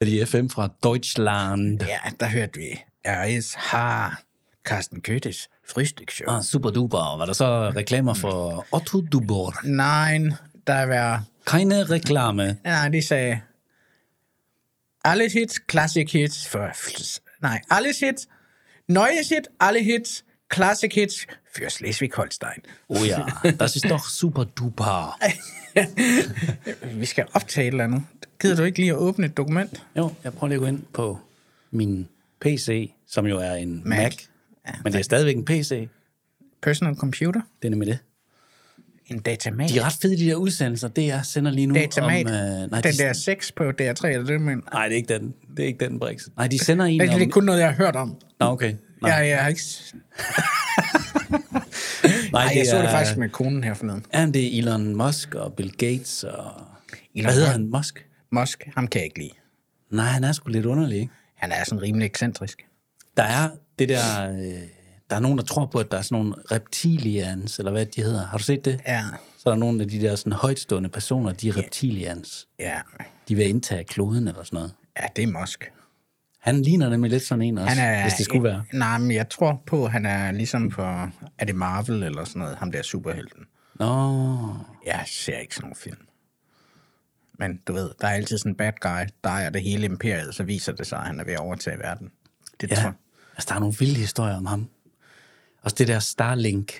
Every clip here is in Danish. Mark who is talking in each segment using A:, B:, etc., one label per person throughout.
A: Er de FM fra Deutschland?
B: Ja, der hørte vi RSH, Carsten Køttes Frühstücksshow.
A: Ah, super duper. Var der så reklamer for Otto Dubor?
B: Nein, da war,
A: Keine reklame.
B: nein, de sagde, alles hits, classic hits, for, nej, alles hits, neues hit, alle hits, classic hits, für Slesvig-Holstein.
A: Oh ja, das ist doch super duper.
B: Vi skal optage et eller andet. Gider du ikke lige at åbne et dokument?
A: Jo, jeg prøver lige at gå ind på min PC, som jo er en Mac.
B: Mac.
A: Mac. Ja, men det er stadigvæk en PC.
B: Personal computer?
A: Det er nemlig det.
B: En datamat?
A: De er ret fede, de der udsendelser. Det jeg sender lige nu
B: datamat?
A: om... øh,
B: Uh,
A: nej,
B: den
A: de,
B: der sex på DR3, eller det, men...
A: nej, det er ikke den. Det er ikke den, Brix. Nej, de sender en
B: Det, det er
A: om...
B: kun noget, jeg har hørt om.
A: Nå, okay. Nej,
B: Nej. Jeg, jeg har ikke...
A: nej,
B: Ej, jeg så det
A: er-
B: faktisk med konen her forneden.
A: Ja, men det er Elon Musk og Bill Gates og... Elon hvad
B: Elon
A: hedder
B: Musk.
A: han? Musk?
B: Musk, ham kan jeg ikke lide.
A: Nej, han er sgu lidt underlig, ikke?
B: Han er sådan rimelig ekscentrisk.
A: Der er det der... Øh, der er nogen, der tror på, at der er sådan nogle reptilians, eller hvad de hedder. Har du set det?
B: Ja,
A: Så er der nogle af de der sådan, højtstående personer, de er reptilians.
B: ja,
A: De vil indtage kloden eller sådan noget.
B: ja det er Musk.
A: Han ligner nemlig lidt sådan en også,
B: Han er,
A: hvis det skulle være.
B: Nej, men jeg tror på, at han er ligesom for... Er det Marvel eller sådan noget? Ham der superhelten.
A: Nå,
B: Jeg ser ikke sådan nogle film. Men du ved, der er altid sådan en bad guy, der er det hele imperiet, så viser det sig, at han er ved at overtage verden. Det ja. tror
A: ja.
B: jeg.
A: Altså, der er nogle vilde historier om ham. Også det der Starlink.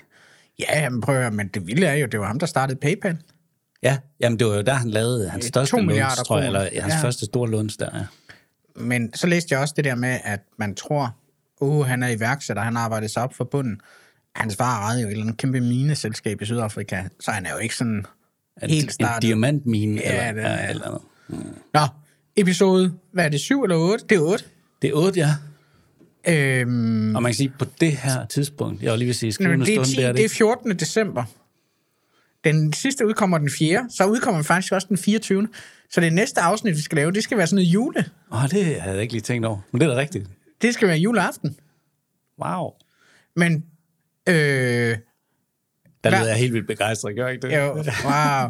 B: Ja, men prøv at høre, men det vilde er jo, det var ham, der startede PayPal.
A: Ja, jamen det var jo der, han lavede hans største lunds,
B: milliarder
A: tror jeg,
B: kroner.
A: eller hans
B: Ja.
A: første store lunds der, ja.
B: Men så læste jeg også det der med, at man tror, åh, han er iværksætter, han arbejder sig op for bunden. Hans far ejede jo et eller andet kæmpe mineselskab i Sydafrika, så han er jo ikke sådan
A: En,
B: helt
A: en
B: startet.
A: diamantmine
B: Ja,
A: ja,
B: det
A: eller,
B: er-
A: ja, eller noget.
B: Nå, episode, hvad er det, syv eller otte? Det er otte.
A: Det er 8, ja.
B: Øhm,
A: Og man kan sige, på det her tidspunkt, jeg var lige ved at sige,
B: Nå,
A: skrivende
B: men det, er
A: stund,
B: 10,
A: det er
B: det er
A: det.
B: 14. december. Den sidste udkommer den 4. Så udkommer faktisk også den 24. Så det næste afsnit, vi skal lave, det skal være sådan noget jule.
A: Åh, det havde jeg ikke lige tænkt over. Men det er da rigtigt.
B: Det skal være juleaften.
A: Wow.
B: Men, øh,
A: Der
B: Hver-
A: lyder jeg helt vildt begejstret, gør jeg ikke det?
B: jo, wow.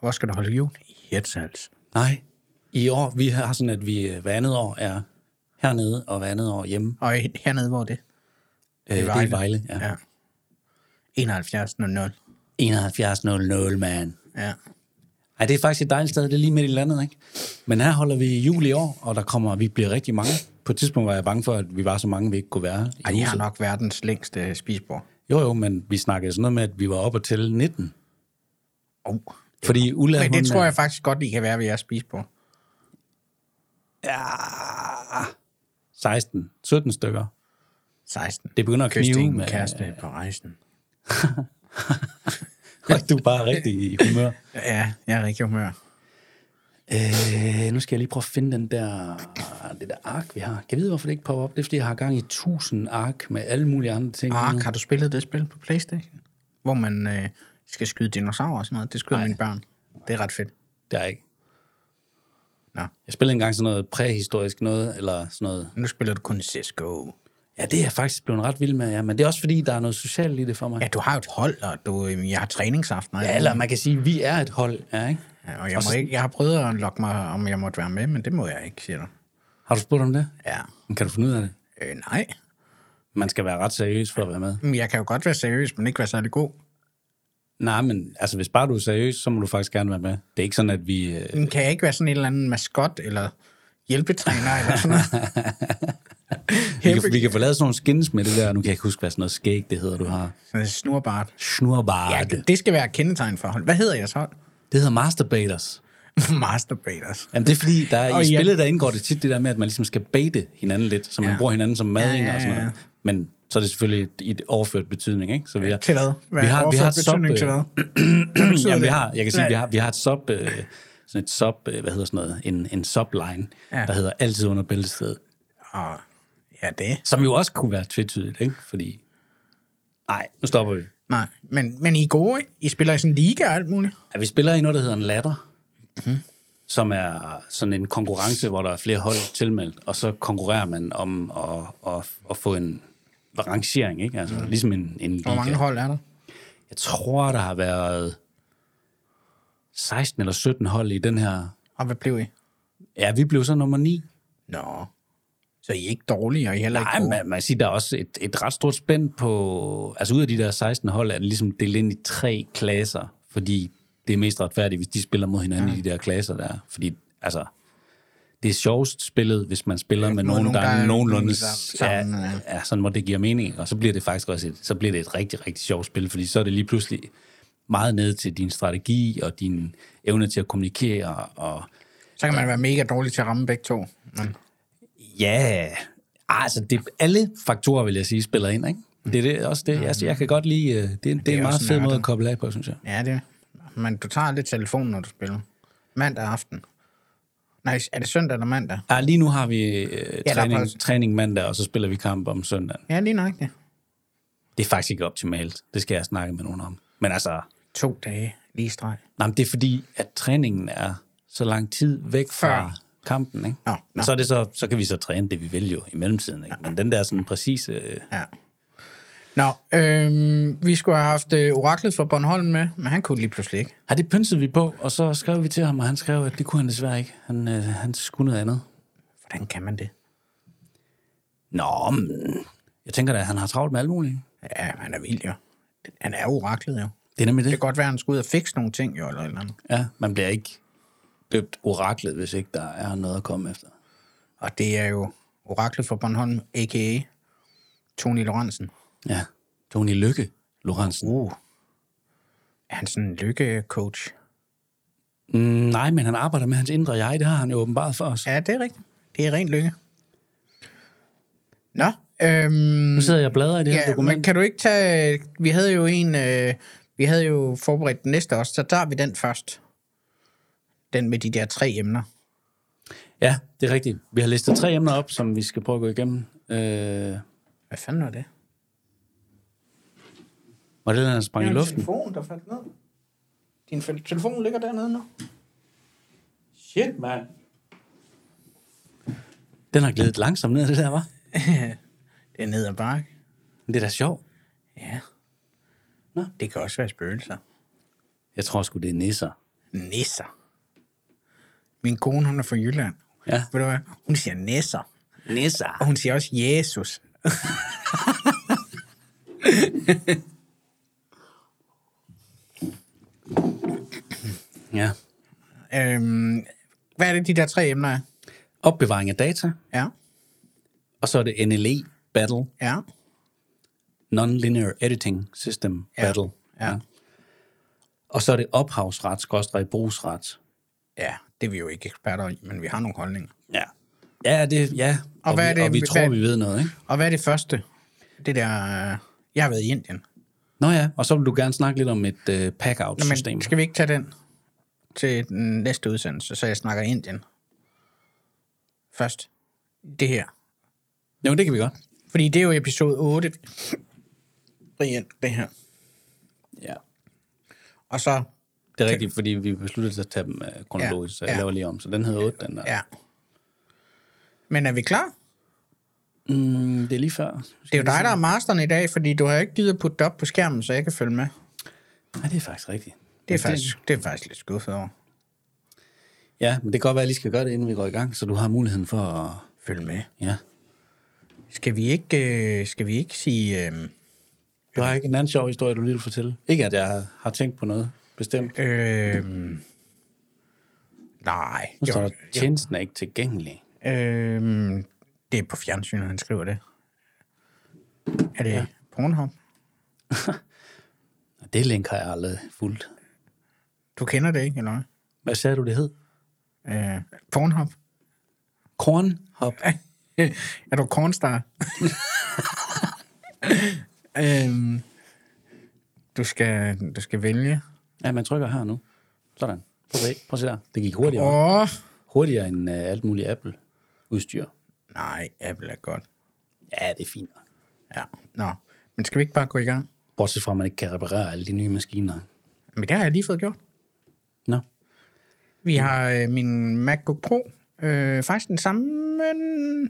B: Hvor skal du holde jul? altså. I Hirtshals.
A: Nej. I år, vi har sådan, at vi øh, hver andet år er hernede, og hver andet år hjemme.
B: Og i- hernede, hvor er det?
A: Øh, det er i Vejle, ja.
B: Ja. 71.00.
A: 71.00, man.
B: Ja.
A: Ej, det er faktisk et dejligt sted, det er lige midt i landet, ikke? Men her holder vi jul i år, og der kommer, vi bliver rigtig mange. På et tidspunkt var jeg bange for, at vi var så mange, vi ikke kunne være. i
B: Ej, de har
A: huset.
B: nok verdens længste spisbord.
A: Jo, jo, men vi snakkede sådan noget med, at vi var oppe og tælle 19.
B: Oh.
A: Fordi Ulla,
B: Men det
A: hun øh?
B: tror
A: er-
B: jeg faktisk godt, de kan være ved jeres spisbord.
A: Ja, 16, 17 stykker.
B: 16.
A: Det begynder at
B: Kys til
A: knive
B: ingen
A: med...
B: kæreste på rejsen.
A: Og du er bare rigtig i humør.
B: Ja, jeg er rigtig humør.
A: Øh, nu skal jeg lige prøve at finde den der, det der ark, vi har. Kan jeg vide, hvorfor det ikke popper op? Det er, fordi jeg har gang i 1000 ark med alle mulige andre ting.
B: Ark, har du spillet det spil på Playstation? Hvor man øh, skal skyde dinosaurer og sådan noget. Det skyder mine børn. Det er ret fedt.
A: Det er jeg ikke.
B: Nå.
A: Jeg spillede engang sådan noget præhistorisk noget, eller sådan noget.
B: Nu spiller du kun CSGO.
A: Ja, det er jeg faktisk blevet ret vild med, ja. Men det er også, fordi der er noget socialt i det for mig.
B: Ja, du har jo et hold, og du, øh, jeg har træningsaftener.
A: Ja, eller man kan sige, at vi er et hold, ja, ikke?
B: Ja, og jeg, må ikke, jeg har prøvet at lokke mig, om jeg måtte være med, men det må jeg ikke, siger du.
A: Har du spurgt om det?
B: Ja.
A: Men Kan du finde ud af det?
B: Øh, nej.
A: Man skal være ret seriøs for at være med.
B: Men Jeg kan jo godt være seriøs, men ikke være særlig god.
A: Nej, men altså, hvis bare du er seriøs, så må du faktisk gerne være med. Det er ikke sådan, at vi... Øh...
B: Men Kan jeg ikke være sådan en eller anden maskot, eller hjælpetræner, eller sådan noget?
A: Vi, kan, vi kan få lavet sådan nogle skins med det der. Nu kan jeg ikke huske, hvad sådan noget skæg, det hedder, du har.
B: Sådan en snurbart.
A: Snurbart.
B: Ja, det skal være kendetegn for hold. Hvad hedder jeres hold?
A: Det hedder masturbators.
B: Masturbators.
A: Jamen, det er fordi, der er,
B: Og
A: i
B: ja.
A: spillet, der indgår det tit det der med, at man ligesom skal bete hinanden lidt, så man ja. bruger hinanden som mad ja, ja, ja. og sådan noget. Men så er det selvfølgelig i et overført betydning, ikke? Så vi har,
B: Til hvad? Hvad
A: vi har, vi har et
B: overført
A: sub,
B: betydning
A: øh,
B: til hvad?
A: jamen, vi
B: det?
A: har, jeg kan sige,
B: Hvad-
A: vi har, vi har et sub, øh, sådan et sub, øh, hvad hedder sådan noget, en, en subline, ja. der hedder altid under bæltestedet,
B: Og, Ah, ja, det.
A: som jo også kunne være tvetydigt, ikke? Fordi, nej, nu stopper vi.
B: Nej, men, men I er gode, ikke? I spiller i sådan en liga og alt muligt.
A: Ja, vi spiller i noget, der hedder en latter, mm-hmm.
B: Mhm.
A: som er sådan en konkurrence, hvor der er flere hold tilmeldt, og så konkurrerer man om at, at, at få en rangering, ikke? Altså, mm. ligesom en, en
B: Mhm. Hvor mange
A: liga.
B: hold er der?
A: Jeg tror, der har været 16 eller 17 hold i den her.
B: Og hvad blev I?
A: Ja, vi blev så nummer 9.
B: Nå. Så I er ikke dårlige, og I er heller
A: Nej,
B: ikke gode.
A: man, man siger, der er også et, et ret stort spænd på... Altså ud af de der 16 hold, er det ligesom delt ind i tre klasser, fordi det er mest retfærdigt, hvis de spiller mod hinanden ja. i de der klasser der. Fordi, altså, det er sjovest spillet, hvis man spiller med
B: mod
A: nogen, der,
B: nogen, der
A: er
B: er
A: nogenlunde...
B: sam-
A: Ja,
B: sammen, ja.
A: ja, sådan hvor det giver mening. Og så bliver det faktisk også et, så bliver det et rigtig, rigtig sjovt spil, fordi så er det lige pludselig meget ned til din strategi og din evne til at kommunikere og
B: Så kan man være mega dårlig til at ramme begge to. Men,
A: Ja, altså det, alle faktorer, vil jeg sige, spiller ind, ikke?
B: Mm.
A: Det er det, også det. Altså, jeg kan godt lide, øh, det, det, er, det er en meget
B: også
A: fed måde
B: nørdet.
A: at koble af på, synes jeg.
B: ja, det Men du tager lidt telefonen, når du spiller. Mandag aften. Nej, er det søndag eller mandag?
A: Ja, Ah, lige nu har vi øh,
B: der er
A: træning,
B: faktisk-
A: træning mandag, og så spiller vi kamp om søndagen.
B: Ja, lige nok det.
A: Det er faktisk ikke optimalt. Det skal jeg snakke med nogen om. Men altså,
B: To dage lige i streg.
A: nej, men det er fordi, at træningen er så lang tid væk fra
B: Før.
A: kampen, ikke?
B: Nå, nå.
A: Men så, er det så, så kan vi så træne det, vi vil jo i mellemtiden, ikke? Men den der sådan præcise... Øh,
B: Ja. Nå, øhm, vi skulle have haft øh, oraklet fra Bornholm med, men han kunne lige pludselig ikke.
A: Ja, det pynsede vi på, og så skrev vi til ham, og han skrev, at det kunne han desværre ikke. Han, øh, han skulle noget andet.
B: Hvordan kan man det?
A: Nå, men jeg tænker da, at han har travlt med alt muligt.
B: Ja, han er vild jo. Han er oraklet jo.
A: Det er nemlig
B: Det
A: det.
B: kan godt være, at han skulle ud og fikse nogle ting jo, eller et eller andet.
A: Ja, man bliver ikke døbt oraklet, hvis ikke der er noget at komme efter.
B: Og det er jo oraklet fra Bornholm, a.k.a. Tony Lorentzen.
A: Ja, Tony Lykke, Lorentzen.
B: Uh. Er han sådan en lykkecoach?
A: Mm, nej, men han arbejder med hans indre jeg, det har han jo åbenbart for os.
B: Ja, det er rigtigt. Det er ren lykke. Nå, øhm,
A: Nu sidder jeg og bladrer i det her
B: ja, men
A: dokument.
B: kan du ikke tage... Vi havde jo en... Øh, vi havde jo forberedt den næste også, så tager vi den først. Den med de der tre emner.
A: Ja, det er rigtigt. Vi har listet tre emner op, som vi skal prøve at gå igennem. Øh,
B: Hvad fanden var det?
A: var det, der sprang i luften?
B: telefon, der faldt ned. Din fel- telefon ligger dernede nu. Shit, mand.
A: Den har glædet langsomt ned, det der, var.
B: Det er ned ad bakke.
A: Men det er da sjovt.
B: Ja.
A: Nå.
B: Det kan også være spøgelser.
A: Jeg tror sgu, det er nisser.
B: Nisser. Min kone, hun er fra Jylland.
A: Ja.
B: Ved du hvad? Hun siger nisser.
A: Nisser.
B: Og hun siger også Jesus.
A: Ja.
B: Øhm, hvad er det, de der tre emner er?
A: Opbevaring af data,
B: Ja,
A: og så er det NLE Battle,
B: ja,
A: Non-Linear Editing System
B: Ja.
A: Battle.
B: Ja.
A: Og så er det ophavsret, skråstrej, brugsret.
B: ja. Det er vi jo ikke eksperter i, men vi har nogle holdninger.
A: Ja. Ja, det, ja.
B: Og hvad
A: vi,
B: er det-
A: og vi
B: hvad-
A: tror, vi ved noget, ikke?
B: Og hvad er det første? Det der... øh, Jeg har været i Indien.
A: Nå ja, og så vil du gerne snakke lidt om et øh,
B: Nå,
A: pack-out-system.
B: men skal vi ikke tage den til den næste udsendelse, så jeg snakker Indien? Først. Det her.
A: Jo, det kan vi godt.
B: Fordi det er jo episode 8. Reelt, det her.
A: Ja.
B: Og så,
A: Det er rigtigt, fordi vi besluttede at tage dem øh, kronologisk, så jeg
B: Ja.
A: laver lige om. Så den hedder 8, den der.
B: ja. Men er vi klar?
A: Mm, det er lige før.
B: Det er jo dig, der er masteren i dag, fordi du har ikke givet at putte det op på skærmen, så jeg kan følge med.
A: Nej, det er faktisk rigtigt.
B: Det er, faktisk, det er faktisk lidt skuffet over.
A: Ja, men det kan godt være, at jeg lige skal gøre det, inden vi går i gang, så du har muligheden for at...
B: Følg med.
A: Ja.
B: Skal vi ikke, øh, skal vi ikke sige... Øh,
A: Du har ikke en anden sjov historie, du lige vil fortælle? Ikke, at jeg har tænkt på noget bestemt.
B: øh, nej.
A: Nu står
B: Jo,
A: der, tjenesten er ikke tilgængelig.
B: øh, det er på fjernsynet, han skriver det. Er det ja. Pornhub?
A: Og Det link har jeg aldrig fulgt.
B: Du kender det ikke, eller hvad?
A: Hvad sagde du, det hed?
B: Øh, Pornhub?
A: Kornhop.
B: er du kornstar? øhm, du, skal, du skal vælge.
A: Ja, man trykker her nu. Sådan. Prøv at se, Prøv at se der. Det gik hurtigere.
B: Åh, oh,
A: Hurtigere end uh, alt muligt Apple-udstyr.
B: nej, Apple er godt.
A: Ja, det er fint. nok.
B: Ja, nå. Men skal vi ikke bare gå i gang?
A: Bortset fra, at man ikke kan reparere alle de nye maskiner.
B: Men det har jeg lige fået gjort.
A: Nå.
B: Vi har øh, min MacBook Pro, øh, faktisk den samme øh,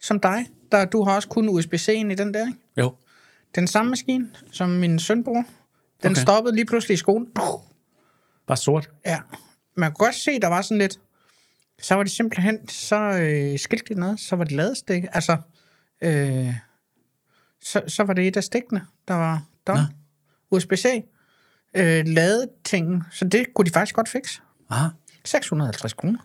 B: som dig. Der, du har også kun USB-C'en i den der, ikke?
A: Jo.
B: Den samme maskine, som min søn bruger. Den
A: Okay.
B: okay. stoppede lige pludselig i skolen.
A: Bare sort.
B: Ja. Man kunne godt se, der var sådan lidt... så var det simpelthen, så øh, skilte de noget, så var det ladestik, altså, øh, så, så var det et af stikkene, der var der. USB-C, øh, ladetingen, så det kunne de faktisk godt fikse.
A: Aha.
B: 650 kroner.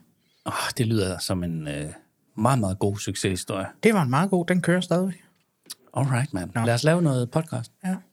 A: Oh, Ah. det lyder som en øh, meget, meget god succeshistorie.
B: Det var en meget god, den kører stadig.
A: Alright, man. Lad os lave noget podcast.
B: Ja.